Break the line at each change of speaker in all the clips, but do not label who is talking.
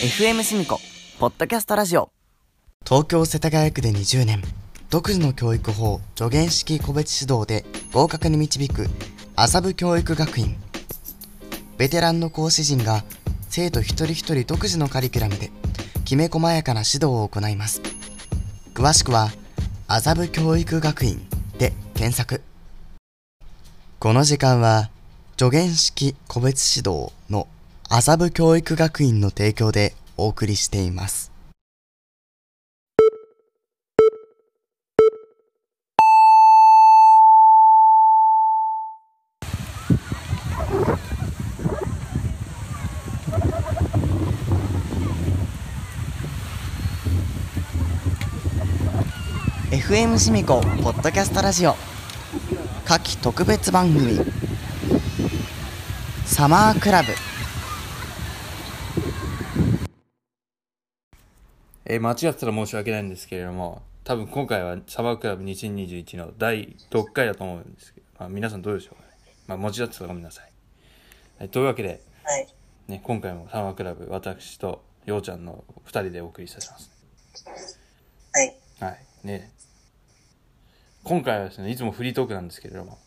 FM シミコポッドキャストラジオ
東京世田谷区で20年独自の教育法助言式個別指導で合格に導く麻布教育学院ベテランの講師陣が生徒一人一人独自のカリキュラムできめ細やかな指導を行います詳しくは麻布教育学院で検索この時間は助言式個別指導の麻布教育学院の提供でお送りしています
FM シミコポッドキャストラジオ
夏季特別番組サマークラブ
えー間違ってたら申し訳ないんですけれども、多分今回はサバークラブ2021の第6回だと思うんですけど、まあ、皆さんどうでしょうかね。まあ、間違ってたらごめんなさい。はい、というわけで、
はい。
ね、今回もサバークラブ、私とようちゃんの2人でお送りいたします。
はい。
はい。ね。今回はですね、いつもフリートークなんですけれども、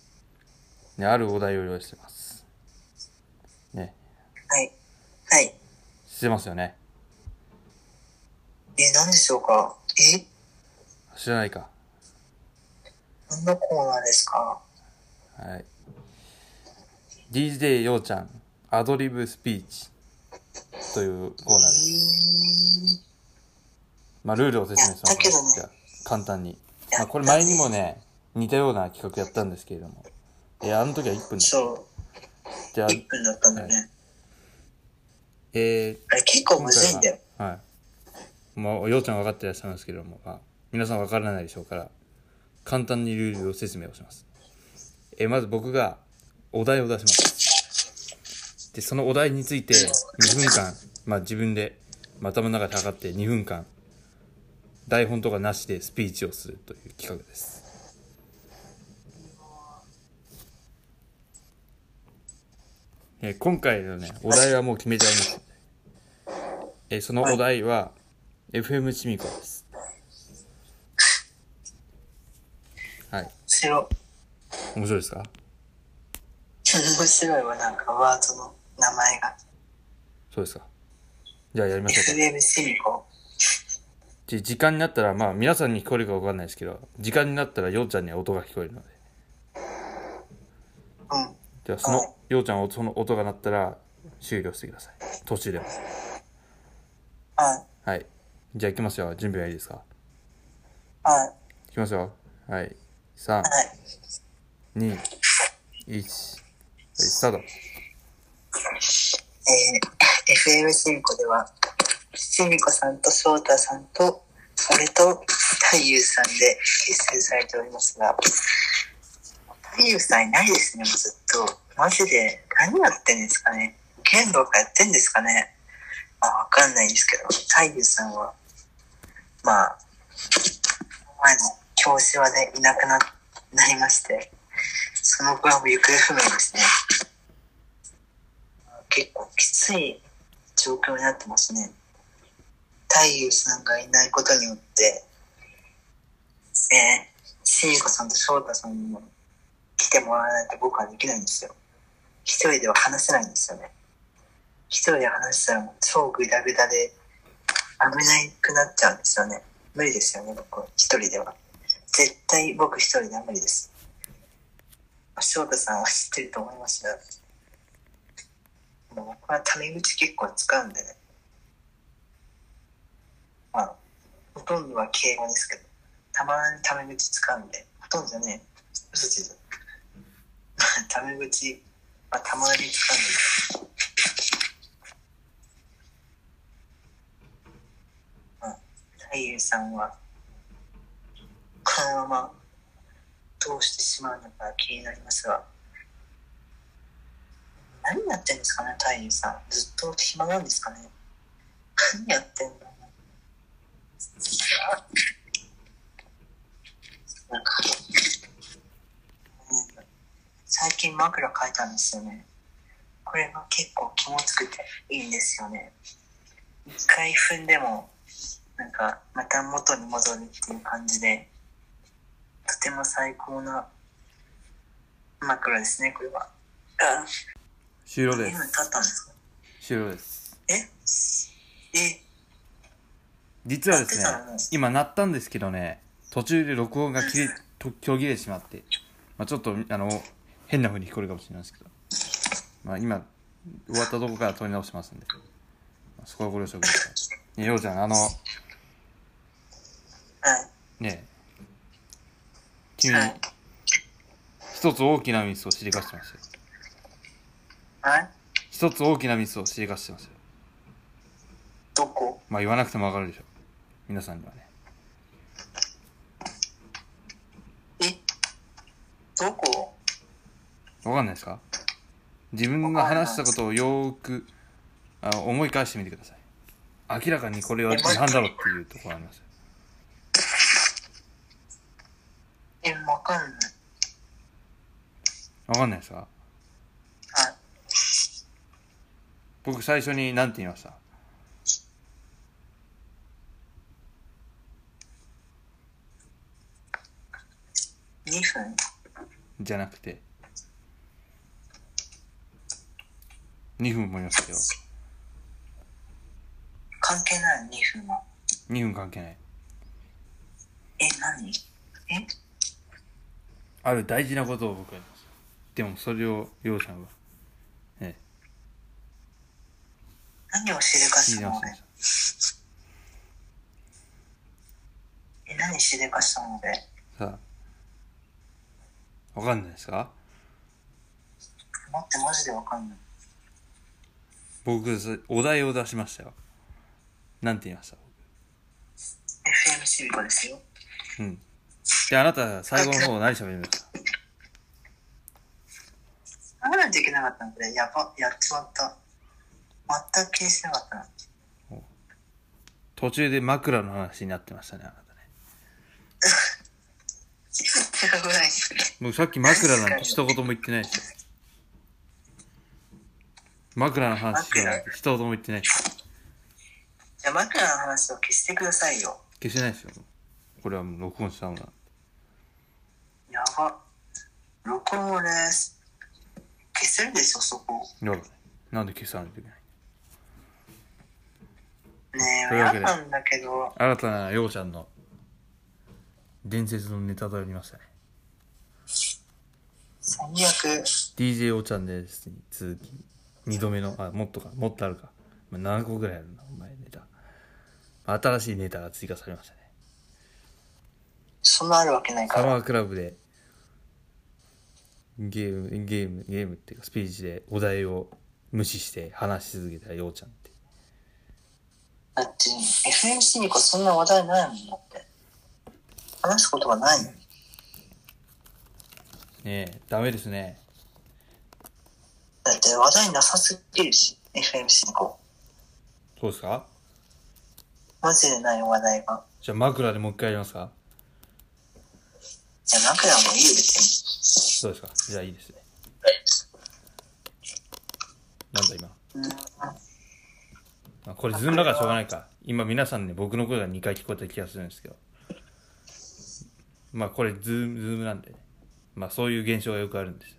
ね、あるお題を用意してます。ね、
はい。はい。
してますよね。
え、何でしょうかえ、
知らないか。
何のコーナーですか
はい。DJ ようちゃん、アドリブスピーチというコーナーです。まあ、ルールを説明しま
やったけどね
す。じゃあ簡単に。まあ、これ前にもね、似たような企画やったんですけれども。いや、あの時は1分だ。
そ
じゃあ
う。、1分だったんだね。
えー、
あれ結構むずいんだよ。
今回は。はい。まあ、ようちゃん分かってらっしゃいますけれども、まあ、皆さん分からないでしょうから、簡単にルールを説明をします。えーまず僕がお題を出します。で、そのお題について2分間、まあ自分で、まあ頭の中で測って2分間、台本とかなしでスピーチをするという企画です。えー今回のね、お題はもう決めてあります。えーそのお題は、FM チミコです。はい。
面白
面白いですか
い。面白 いわ、なんかワードの名前が。
そうですかじゃあやりましょうか。
FM シミコ。
じ時間になったら、まあ皆さんに聞こえるかわかんないですけど、時間になったらようちゃんには音が聞こえるので。
うん。
じゃあその、ようちゃんはその音が鳴ったら終了してください。途中でも。
はい。
はい。じゃあ行きますよ。準備はいいですか
はい。
行きますよ。はい。3、
はい。
2、1。はい、スタート。
えー FM シミコでは、シミコさんと翔太さんと、俺と太夫さんで結成されておりますが、太夫さんいないですね、もうずっと。マジで、何やってんですかね。剣道かやってんですかね。まあ、わかんないんですけど、太夫さんは、まあ、前の教師はでいなくななりまして、その後はもう行方不明ですね。結構きつい状況になってますね。太夫さんがいないことによって、えー、シーコさんと翔太さんにも来てもらわないと僕はできないんですよ。一人では話せないんですよね。一人で話したらもう超グダグダで危なくなっちゃうんですよね。無理ですよね、僕は一人では。絶対僕一人では無理です。翔太さんは知ってると思いますが、もう僕はタメ口結構使うんでね。まあ、ほとんどは敬語ですけど、たまにタメ口使うんで、ほとんどじゃねえ、嘘ついた。まあ タメ口、まあ、たまに使うんですけど。まあ、太夫さんは、このまま、どうしてしまうのか気になりますが、何やってんですかね、太夫さん。ずっと暇なんですかね。何やってんのなんか、うん最近枕変えたんですよね。これが結構気持ちくていいんですよね。一回踏んでも、なんか、また元に戻るっていう感じで、とても最高な枕ですね、これは。あ、
終了
今
で
立
す。
ったんですか
終了です。
ええ
実はですね
鳴ってたの、
今鳴ったんですけどね、途中で録音が切れ、と途切れてしまって、まあちょっと、あの、変な風に聞こえるかもしれないですけど、まあ今、終わったとこから撮り直しますんで、まあそこはご了承ください。ねようちゃん、あの、
はい。
ねえ君
はい、
一つ大きなミスを知りかしてますよ。
はい
一つ大きなミスを知りかしてますよ。
どこ
まあ言わなくてもわかるでしょ。皆さんにはね。
えどこ
わかんないですか自分が話したことをよーくあ思い返してみてください。明らかにこれは
えマジ
何だろうっていうところありますよ。
え、わかんない。
わかんないですか
はい。
僕最初に何て言いました
2分
じゃなくて。2分も言いましたけど、
関係ない、2分は。
2分関係ない。
え、何え
ある大事なことを僕は言いました。でもそれを、ようちゃんは、ええ、
何を知るか
聞い
してた
ま
の
した
俺。え、何しでかしたので
さあ、わかんないですか
待って、マジでわかんない。
僕、お題を出しましたよ。なんて言いました
FM シビコですよ。
うん。で、あなた、最後の方何喋りました
考えないといけなかったので、やば、やっちまった。全く気にしてなかったな。
途中で枕の話になってましたね、あなたね。
やばい。
僕、さっき枕なんて一言も言ってないし。枕の話してなんて一言も言ってないし。
じゃあ、枕の話を消してくださいよ。
消せないですよ。これはもう録音したものなんで
やば。録音をね、消せるでしょ、そこ。
やばい。なんで消さないといけない
ね
と
え、
いうわけ
嫌
で
なんだけど、
新たなようちゃんの伝説のネタとなりましたね。
最悪。
DJ おちゃんですに続き2度目のあもっとかもっとあるか、まあ、7個ぐらいあるなお前ネタ新しいネタが追加されましたね
そんなあるわけないか
サ
ら。
マークラブでゲームゲームゲームっていうかスピーチでお題を無視して話し続けたようちゃんって
だって、FMC にこそんな話題ないもんだって。話すことがないの。
ねえダメですね
だって話題なさすぎるし、FMC にこ
そうですか
う。マジでない話題が。
じゃあ枕でもう一回やりますか
いや、枕もいいよ、別
どうですかじゃあいいですねなんだ今
に。うん、
あこれズームだからしょうがないか今皆さんね僕の声が2回聞こえた気がするんですけどまあこれズームズームなんでねまあそういう現象がよくあるんですよ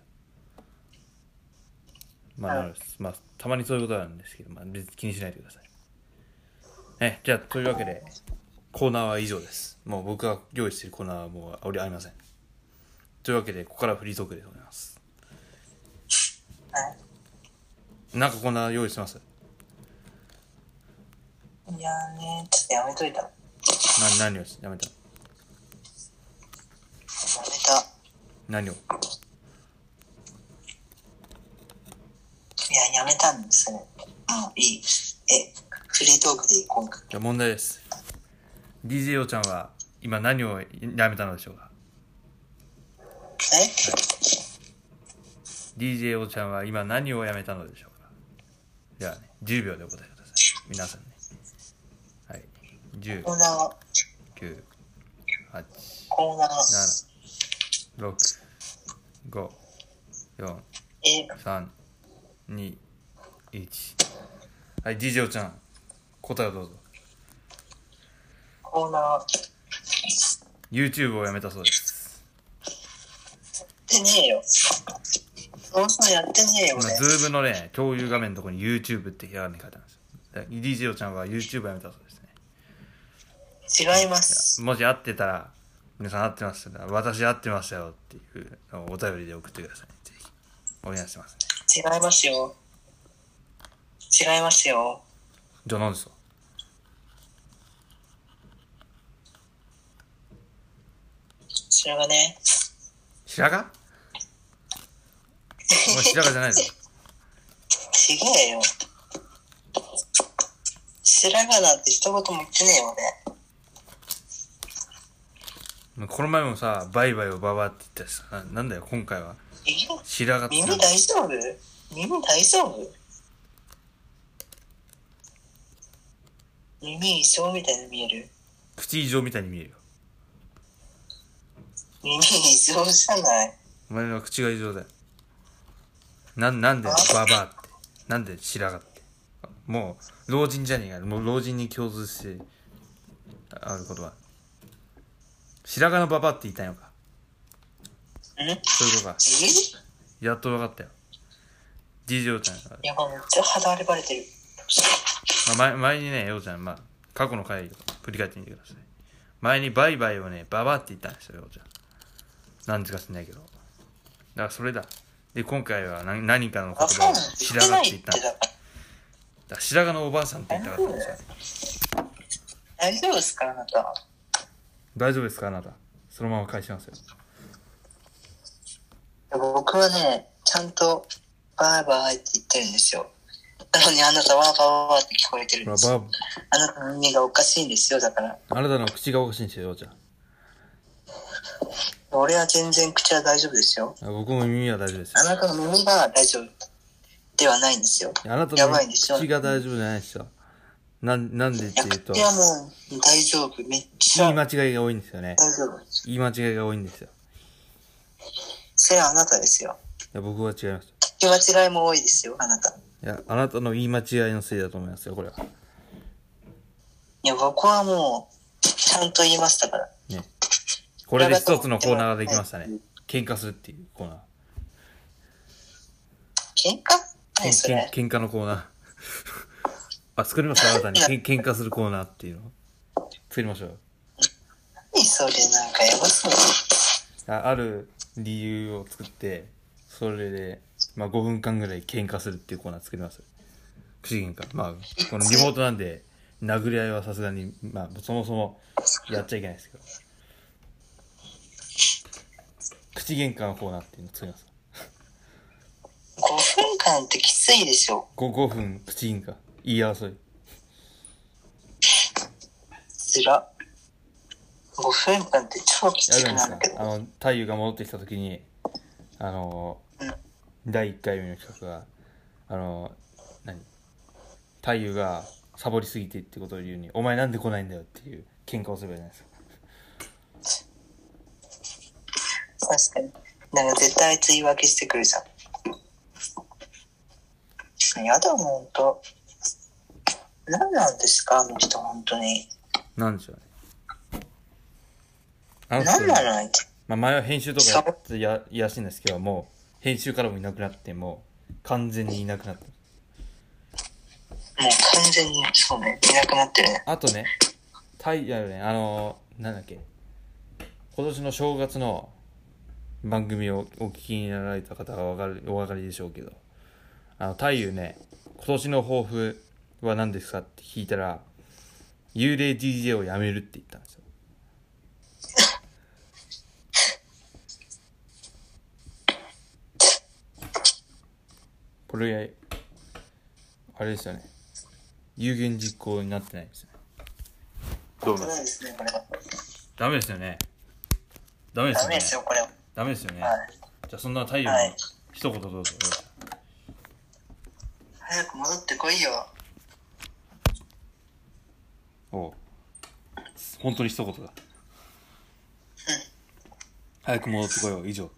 まあ、なのでまあたまにそういうことなんですけど、まあ、別に気にしないでくださいねじゃあというわけでコーナーは以上ですもう僕が用意してるコーナーはもうありありませんというわけでここからフリートークでございます
は
なんかコーナー用意してます
い。いやーね、ちょっとやめといた。や
な何をしやめた
めた。
何を
いや、やめたんですね。もういい。え、フリートークでいい、今回。
じゃあ問題です。DJ おちゃんは今何をやめたのでしょうか
え
?DJ おちゃんは今何をやめたのでしょうかじゃあね、10秒でお答えください。皆さんね。はい。10、
コーナー、
9、8、
コーナー、
7、6、5、4、
え、
3、2、1。はい、DJ おちゃん、答えをどうぞ
コーナー
YouTube をやめたそうです、
やってねえよ。そもそもやってねえよ、
まあ、
俺。
Zoom のね共有画面のところに YouTube ってひらがなに書いてあるんですよだ DJ おちゃんは YouTube をやめたそうですね
違います。
もし合ってたら、皆さん合ってましたら、私合ってましたよっていうのをお便りで送ってください。ぜひ。お願いしますね。
違いますよ。違いますよ。
じゃあ何ですか
白髪ね。
白髪お前白髪じゃないぞ。
ちげえよ。白髪なんて一言も言ってねえよ、俺。
この前もさ、バイバイをババって言ったしさ、ななんだよ、今回は。
え
白髪って
耳
なんだ
大丈夫耳大丈夫耳異常みたいに見える
口異常みたいに見えるよ。
耳異常じゃない。
お前は口が異常だよ。なん、なんでババって。なんで白髪って。もう、老人じゃねえか。もう老人に共通して、ああることは。白髪のババって言いたいのか。
んえ
そういうことか。やっと分かったよ。DJ ようちゃんが、
やばい、めっちゃ肌荒ればれてる。
まあ、前前にね、ようちゃん、まあ、過去の回を振り返ってみてください。前にバイバイをね、ババって言ったんですよ、ようちゃん。なんでか知んないけど。だからそれだ。で、今回は何何かの言
あ、そう
葉
な
を
の言
白
って
髪っ
ない
て
っ
言ってたんですよ
だ
だから白髪のおばあさんって言いたかったんですよ。
大丈夫ですかあなた。
大丈夫ですか、あなた。そのまま返しますよ。
僕はね、ちゃんと、バーバーって言ってるんですよ。なのにあなたはバーバーって聞こえてるん
ほら
ですよ。
ば
あなたの耳がおかしいんですよ、だから。
あなたの口がおかしいんですよ、ようちゃん。
俺は全然口は大丈夫ですよ。
あ僕も耳は大丈夫ですよ
あ。なたの耳が大丈夫ではないんですよ。
あなた
や
の
ばいでしょ
口が大丈夫じゃないですよ。なんなんでっていうと
い、や、もう、大丈夫。めっち
言い
ゃ
間
大
違いが多いんですよね。
丈夫。
言い間違いが多いんですよ。
それはあなたですよ。
いや僕は違います。
聞き間違いも多いですよ、あなた。い
いや、あなたの言い間違いのせいだと思いますよ、これは。
や、僕はもう、ちゃんと言いましたから。
ね。これで一つのコーナーができましたね。喧嘩するっていうコーナー。
喧嘩
けん
何それ。
けん喧嘩のコー ナー。あ、作りますか、あなたに。けん喧嘩するコーナーっていうの。作りましょう。
何それ、なんかやばそうだ。
あある理由を作って、それで、まあ5分間ぐらい喧嘩するっていうコーナー作ります。口喧嘩。まあ、このリモートなんで、殴り合いはさすがに、まあ、そもそもやっちゃいけないですけど。口喧嘩のコーナーっていうのを作ります。
5分間ってきついでしょ。
5, 5分口喧嘩。言い争い。
つら。5分間って超き
やる
つ
ん
く
で
な
す
る
か
けど。
あの、太陽が戻ってきた時に、あの、第1回目の企画が、あの、何太陽がサボりすぎてってことを理由に、お前なんで来ないんだよっていう喧嘩をすればいいじゃないですか。
確かに。なんか絶対あいつ言い訳してくるじゃん。やだもん、ほんと。何なんですか、あの人、ほんとに。
なんでしょうね。あの人
何なのあいつ。
まあ、前は編集とかやってややらしいんですけど、もう、編集からもいなくなって、もう、完全にいなくなった。
もう完全に、そうね、いなくなってるね。
あとね、タイ、あのね、あのなんだっけ、今年の正月の番組をお聞きになられた方はわかるお分かりでしょうけど、あの、太夫ね、今年の抱負は何ですかって聞いたら、幽霊 DJ をやめるって言ったんですよ。これが、あれですよね。有言実行になってないですよね。
どうなんですね、これは。
ダメですよね。ダメです
ダ
よ
メ
ね
で。すよ、これは。
ダメですよね。
はい。
じゃあそんな太陽の
はい
一言どうぞ。
早く戻ってこいよ。
おう本当に一言だ。早く戻ってこよう。以上。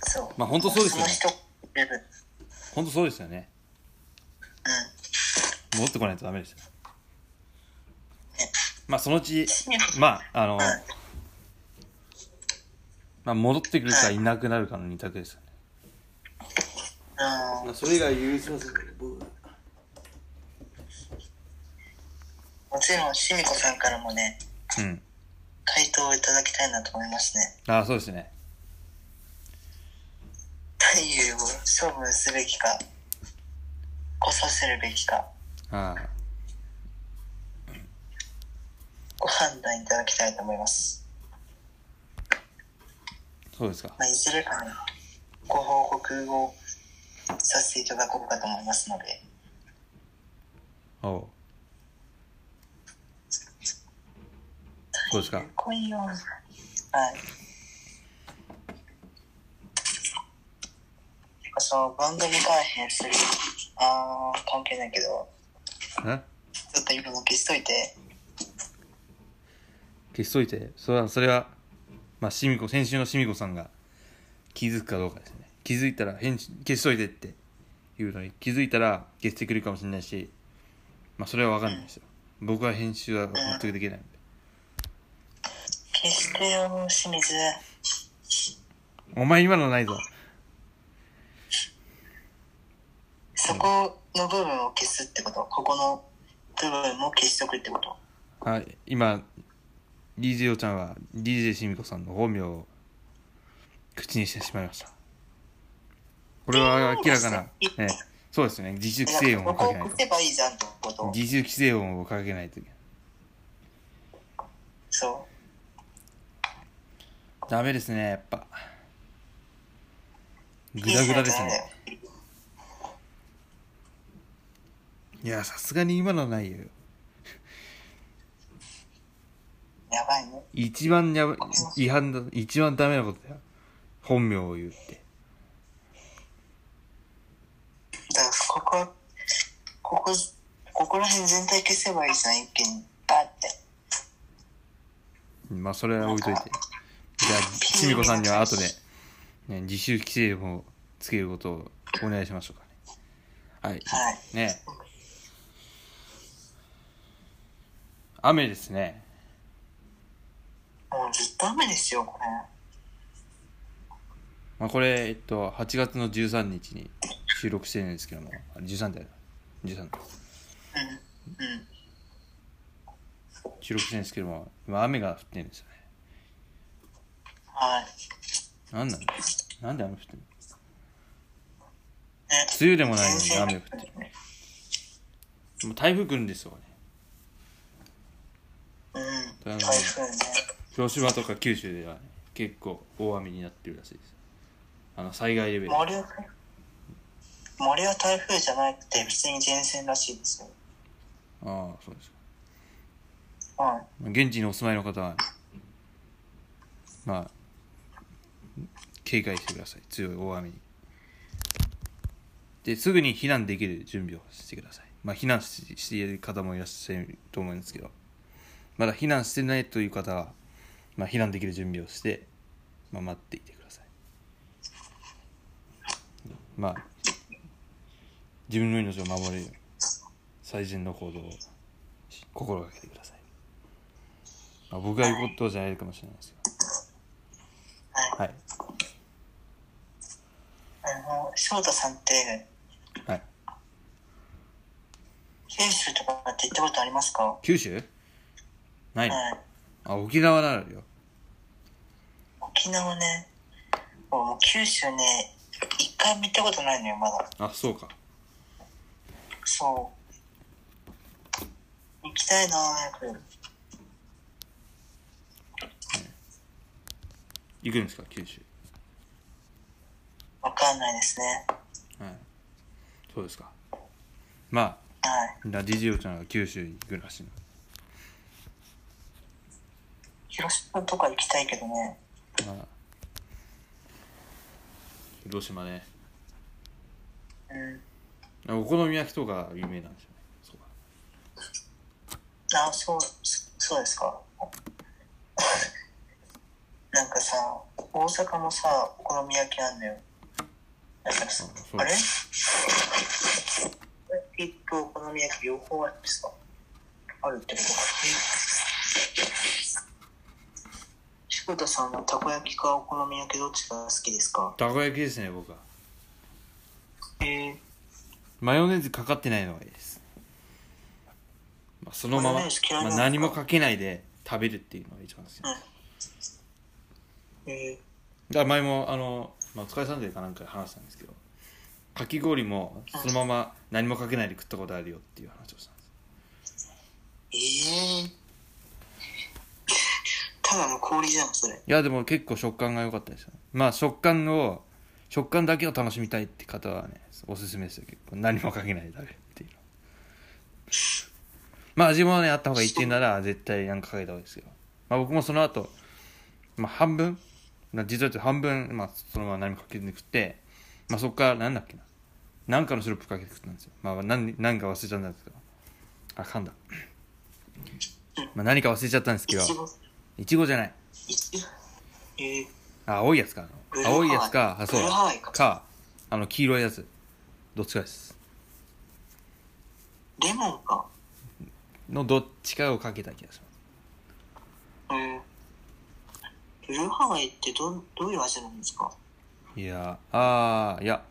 そう。
まあ本当そうですよね
その人、うん。
本当そうですよね。戻ってこないとダメですよまあそのうちまああのまあ戻ってくるかいなくなるかの二択ですよね
うん、
それ以外優勝する僕
もちろん、しみこさんからもね、
うん
回答をいただきたいなと思いますね。
ああそうですね
太夫を処分すべきか、来させるべきか、
ああ
ご判断いただきたいと思います。
そうですか
まあ、いずれかのご報告をさせていただこうかと思いますので、
おうどうですか
来いよ。はい。てかその番組改編する、あー、関係ないけど、
ん
ちょっと今も消しといて、
消しといてそれはそれはまあしみこ先週のしみこさんが気づくかどうかですね気づいたら返事消しといてっていうのに気づいたら消してくるかもしれないしまあそれは分かんないですよ、僕は編集は全くできないんで、
消してよ、清水。
お前今のないぞ
そこの部分を消すってこと、ここの部分も消しとくってこと。
はい今 DJ おちゃんは DJ しみこさんの本名を口にしてしまいましたこれは明らかな、ね、そうですね自主規制音を
こ
か
こを
けない
消
と
せばいいじゃんってこと。
自主規制音をかけないといけない
そ
ダメですねやっぱ
う。
グダグダですね。いやさすがに今のはないよ
やばいね。
一番やば違反だ一番ダメなことだよ本名を言うって
だからここ、ここ、ここら辺全体消せばいいじゃん、一気に。バーって。
まあそれは置いといてじゃあちみこさんには後で、ね、自習規制をつけることをお願いしましょうかねはい
はい。
ねえ雨ですね
もうずっと雨ですよ、これ。
まあ、これ、えっと、8月の13日に収録してるんですけども、あれ13だよな。13だ。
うん。うん。
収録してるんですけども、今雨が降ってるんですよね。
はい。
なんなんだなんで雨降ってるの
ね。
梅雨でもないのに
全
雨降
然
ってる。もう台風来るんですよね。
うん。台風ね。
広島とか九州では、ね、結構大雨になってるらしいです。あの、災害レベル。
森は、森は台風じゃなくて、普通に前線らしいですよ。
ああ、そうですか。
はい。
まあ現地にお住まいの方は、まあ、警戒してください。強い大雨に。で、すぐに避難できる準備をしてください。まあ、避難ししている方もいらっしゃると思うんですけど、まだ避難してないという方は、まあ、避難できる準備をして、まあ、待っていてください。まあ、自分の命を守れる最善の行動をし心がけてください。まあ、僕が言うことじゃないかもしれないですが。はい。
あの、翔太さんって、
はい。
九州とかって行ったことありますかは
九州ない
い
の。あ、沖縄ならあるよ。
沖縄ね、もう九州ね、一回も行ったことないのよ、まだ。
あ、そうか。
そう。行きたいな、早く。
行くんですか、九州。
わかんないですね。
はい。そうですか。ま
はい。
あ、ラジジオちゃんが九州に行くらしいの。
広島とか行きたいけどね。
まあ、広島ね。
うん。
お好み焼きとか有名なんですよね。そうか。
あ、そう、そそうですか。 なんかさ、大阪もさ、お好み焼きあんのよ。だからさ
あそう
あれきとお好み焼き両方あるんですかあるってことですね柴田さんはたこ焼きかお好み焼きどっちが好きですか
たこ焼きですね僕は
ええ
マヨネーズかかってないのがいいです、まあ、そのまま
マヨネーズ嫌い
ま
なんですか
あ、何もかけないで食べるっていうのが一番好きだか
ええ
ら前もあの、まあ、お疲れさんでかなんかで話したんですけどかき氷もそのまま何もかけないで食ったことあるよっていう話をしたんです
ええただの氷じゃんそれ
いやでも結構食感が良かったですよねまあ食感を食感だけを楽しみたいって方はねおすすめですよ結構何もかけないで食べるっていうのまあ味もねあった方がいいっていうなら絶対何かかけた方がいいですけど、まあ、僕もその後、まあ半分まあ実は言うと半分、まあ、そのまま何もかけずに食って、まあ、そこからなんだっけな何かのシロップかけて食ったんですよまあ何何か忘れちゃったんですけどあ噛んだ、まあ、何か忘れちゃったんですけ
い
ど
ちご
いちごじゃない
いちごええ
あ青いやつか
ブルーハワイ
青いやつかあそう
ブルーハワイか
かあの黄色いやつどっちかです
レモンか
のどっちかをかけた気がします
ええブルーハワイってどどういう味なんですか
いやあーいや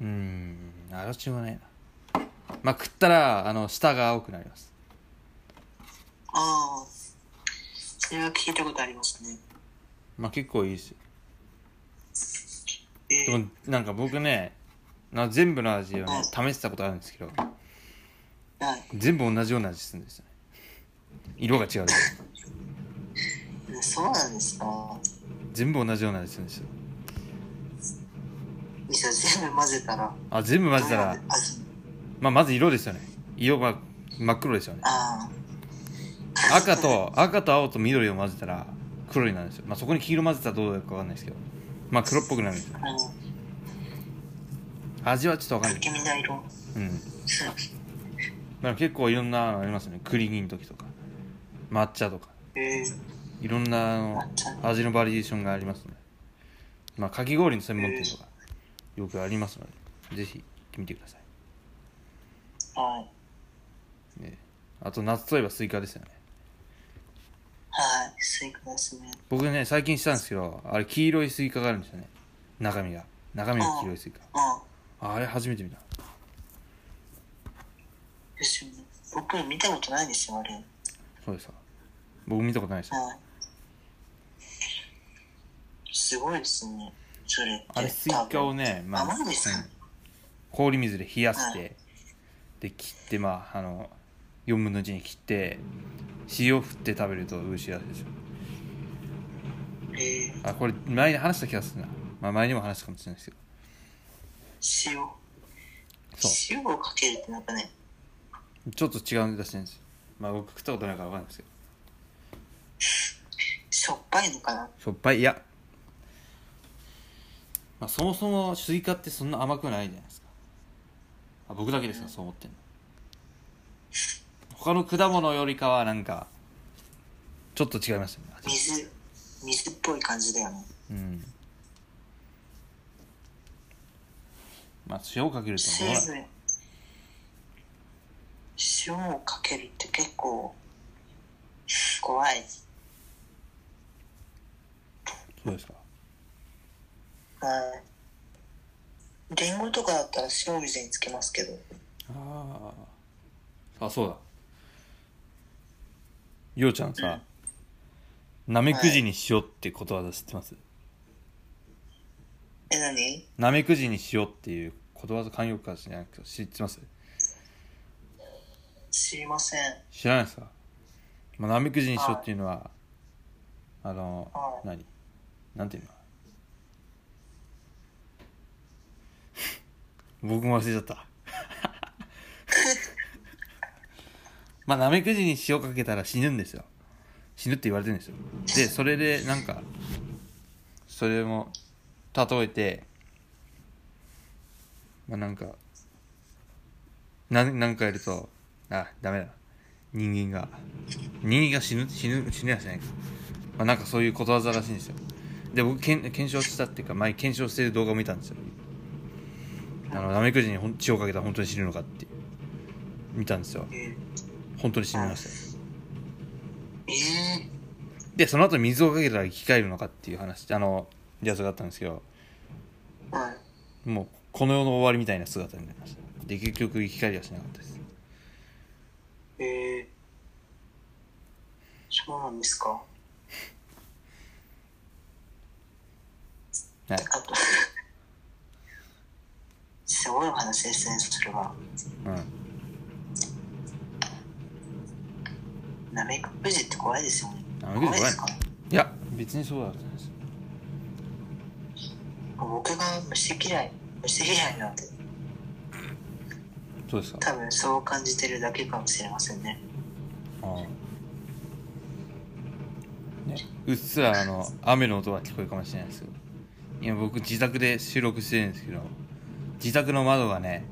うーんあらちもないなまあ食ったらあの舌が青くなります
ああそれは聞いたことありますね
まあ結構いいですよ
え
で
え
もなんか僕ねな全部の味をね試してたことあるんですけど
はい
全部同じような味するんですよね色が違うだけ
そうなんですか。
全部同じような味するんですよ
じゃあ全部混ぜたら。
あ全部混ぜたら
どうなる味
まあ、まず色ですよね色が真っ黒ですよ ね
ああ。
赤。と赤と青と緑を混ぜたら黒になるんですよ、まあ、そこに黄色混ぜたらどうだか分かんないですけどまあ黒っぽくなるんですよ
あの、
味はちょっと分かんない
不気味な色。
うんまあ結構いろんなのありますよね栗銀時とか抹茶とか
えー、
いろんなあの
抹茶
味のバリエーションがありますのでまあかき氷の専門店とかよくありますのでぜひ行ってみてください、
はい。
ねあと夏といえばスイカですよね
はい。スイカですね。
僕ね最近したんですけどあれ黄色いスイカがあるんですよね中身が中身が黄色いスイカ
う
あれ初めて見た
ん。ですよね。僕見たことないですよ、あれ。はい。
そうですか僕見たことないです
すごいですね。それって。
あれスイカをね、まあ、
甘いです
う
か
ん氷水で冷やしてで切ってまああの4分の1に切って塩振って食べると美味しいらしいですよ
多分。え
あこれ前に話した気がするな、まあ、前にも話したかもしれないですけど
ー、塩。
そう
塩をかけるってなんかね、
ちょっと違う出しなんですよまあ僕食ったことないから分かんないですけど
しょっぱいのかな。
しょっぱいいや、まあ、そもそもスイカってそんな甘くないじゃないですかあ僕だけですかそう思ってんの他の果物よりかはなんかちょっと違いますよね味
水、水っぽい感じだよね。
うんまあ塩かけるとどうなる
塩をかけるって結構怖い
そうですか
はいりんごとかだったら塩水につけますけど
あああそうだようちゃんさなめくじに塩ってことわざ知ってます、
え何
なめくじにしようっていうことわざ慣用句かじゃなくて知ってます
知りません
知らないですか、まあ、なめくじにしようっていうのはあの
はい
何なんていうの 僕も忘れちゃった まあなめくじに塩かけたら死ぬんですよ死ぬって言われてるんですよでそれでなんかそれも例えてまあなんかななんかやるとあダメだ人間が人間が死ぬ死ぬ死ぬやつじゃないか、まあ、なんかそういうことわざらしいんですよで僕検検証したっていうか前検証してる動画を見たんですよあのナメクジにほん血をかけたら本当に死ぬのかっていう見たんですよ
え
本当に死にましたよ
ええ
でその後水をかけたら生き返るのかっていう話あのやつがあったんですけど
ー、はい。
もうこの世の終わりみたいな姿になりましたで結局生き返りはしなかったです
ええそうなんですか。
はい
あと、すごいお話ですね、それは。
うん
ナメクジって怖いですよね。
ナメクジ怖い
ですか
いや別にそうだったんです
僕が虫嫌い、虫嫌いなんで、
そうですか
多分そう感じてるだけかもしれませんね。
ああね、うっすらあの雨の音は聞こえるかもしれないですけど今僕自宅で収録してるんですけど自宅の窓がね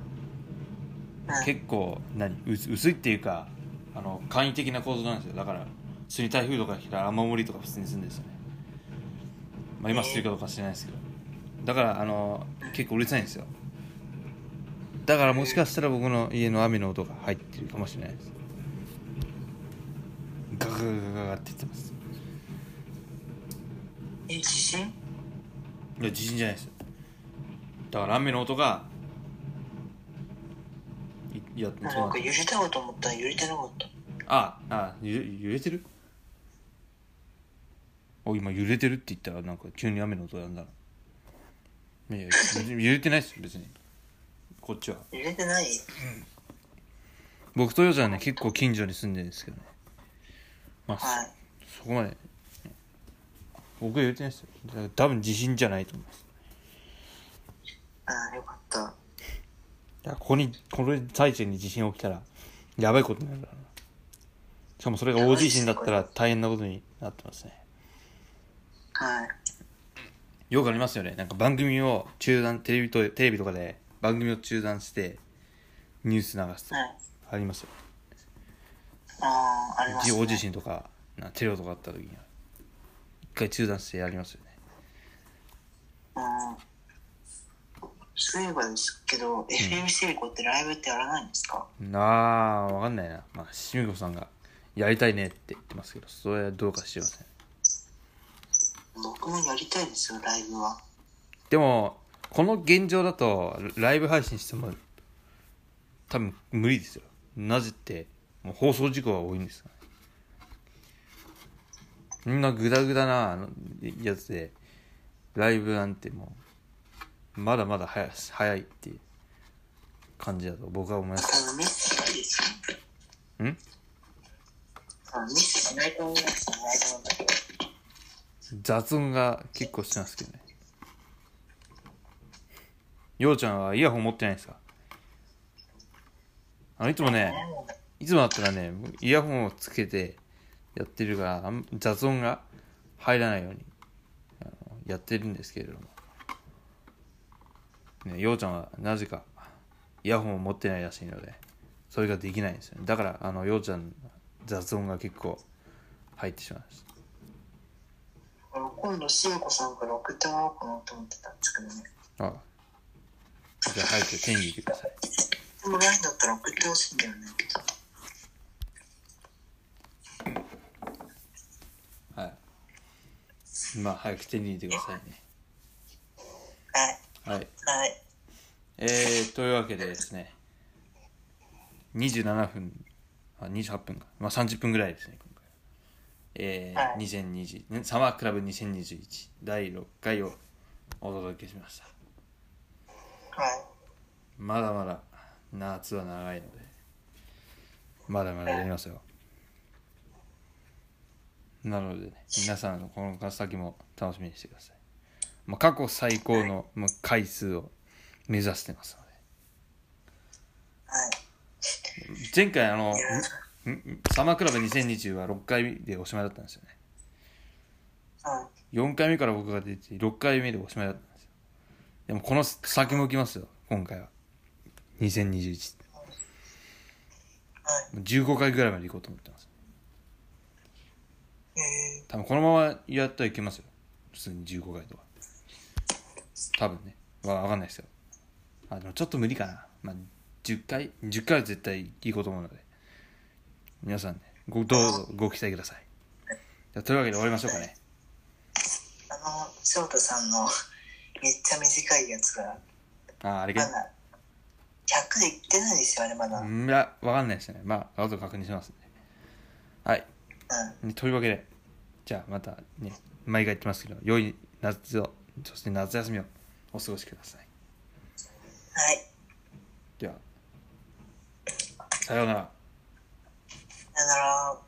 うん、
結構何うす薄いっていうかあの簡易的な構造なんですよだから普通に台風とか来たら雨漏りとか普通にするんですよねまあ今してるかどうかは知らないですけどだからあの結構うるさいんですよだからもしかしたら僕の家の雨の音が入ってるかもしれないですガガガガガガって言ってます
え、地震
いや地震じゃないですよだから雨の音がいいやそう
な
なん
んか
だ
揺れたかと思ったら揺れてなかった。
ああゆ揺れてるお今揺れてるって言ったらなんか急に雨の音やんだないやいや別に揺れてないですよ別にこっちは
揺れてない
僕とヨウちゃんはね結構近所に住んでるんですけどねまあ、
はい。
そこまで僕は揺れてないですよだから多分地震じゃないと思います
ああ、よかった。
いやここにこれ最中に地震起きたらやばいことになるからなしかもそれが大地震だったら大変なことになってますね
はい。
よくありますよねなんか番組を中断テレビとテレビとかで番組を中断してニュース流すと
はい。
ありますよ
ああ、あります、ね。
大地震とかなテレビとかあった時には一回中断してやりますよね
うんそういえばですけど、FM シリコってライブってやらないんですか
なあわかんないなまあしみこさんがやりたいねって言ってますけどそれはどうかしてません
僕もやりたいですよ、ライブは。
でもこの現状だとライブ配信しても多分無理ですよなぜってもう放送事故が多いんですからねみんなグダグダなあのやつでライブなんてもうまだまだ早い早いっていう感じだと僕は思います
多分ミスしないですよ。
ん
多分ミスしないと思いますよ、ライブの時は。
雑音が結構してますけどねようちゃんはイヤホン持ってないですかあのいつもねいつもだったらねイヤホンをつけてやってるからあん雑音が入らないようにあのやってるんですけれども、ね、ようちゃんはなぜかイヤホンを持ってないらしいのでそれができないんですよねだからあのようちゃん雑音が結構入ってしまいます
あの今度、シリコさんから送ってもらおうかなと思ってたんですけどね。
あじゃあ早く手に入れてください。
でも、ラインだったら送ってほしいんだよね。
はい。まあ早く手に入れてくださいね。
はい。
はい。
はい。
えー、というわけでですね、27分、あ、28分か。まあ30分ぐらいですね、今回。えー、
はい
2020、ねサマークラブ2021第6回をお届けしました。
はい。
まだまだ夏は長いので、まだまだやりますよ。なのでね、皆さんのこの先も楽しみにしてください。まあ、過去最高のまあ回数を目指してますの
は
で。
い。
前回あの、んんサマークラブ2020は6回でおしまいだったんですよね。
はい。
4回目から僕が出て、6回目でおしまいだったんですよ。でもこの先も来ますよ、今回は。2021。
は
15回ぐらいまで行こうと思ってます。
い。え
多分このままやったらいけますよ普通に15回とか多分ねわわかんないですよまあでもちょっと無理かな。まあ10回、10回は絶対いいこと思うので、皆さんね、ご、どうぞご期待ください。じゃあというわけで終わりましょうかね。
あの翔太さんのめっちゃ短いやつが
ああ、あれ
ま
か。
だ100でいってないですよねまだ、うん
いや、わかんないですね。まあ、後で確認しますね。はい。ねというわけで、じゃあまたね、毎回言ってますけど、良い夏を、そして夏休みをお過ごしください。
はい
では、さようなら。
さよなら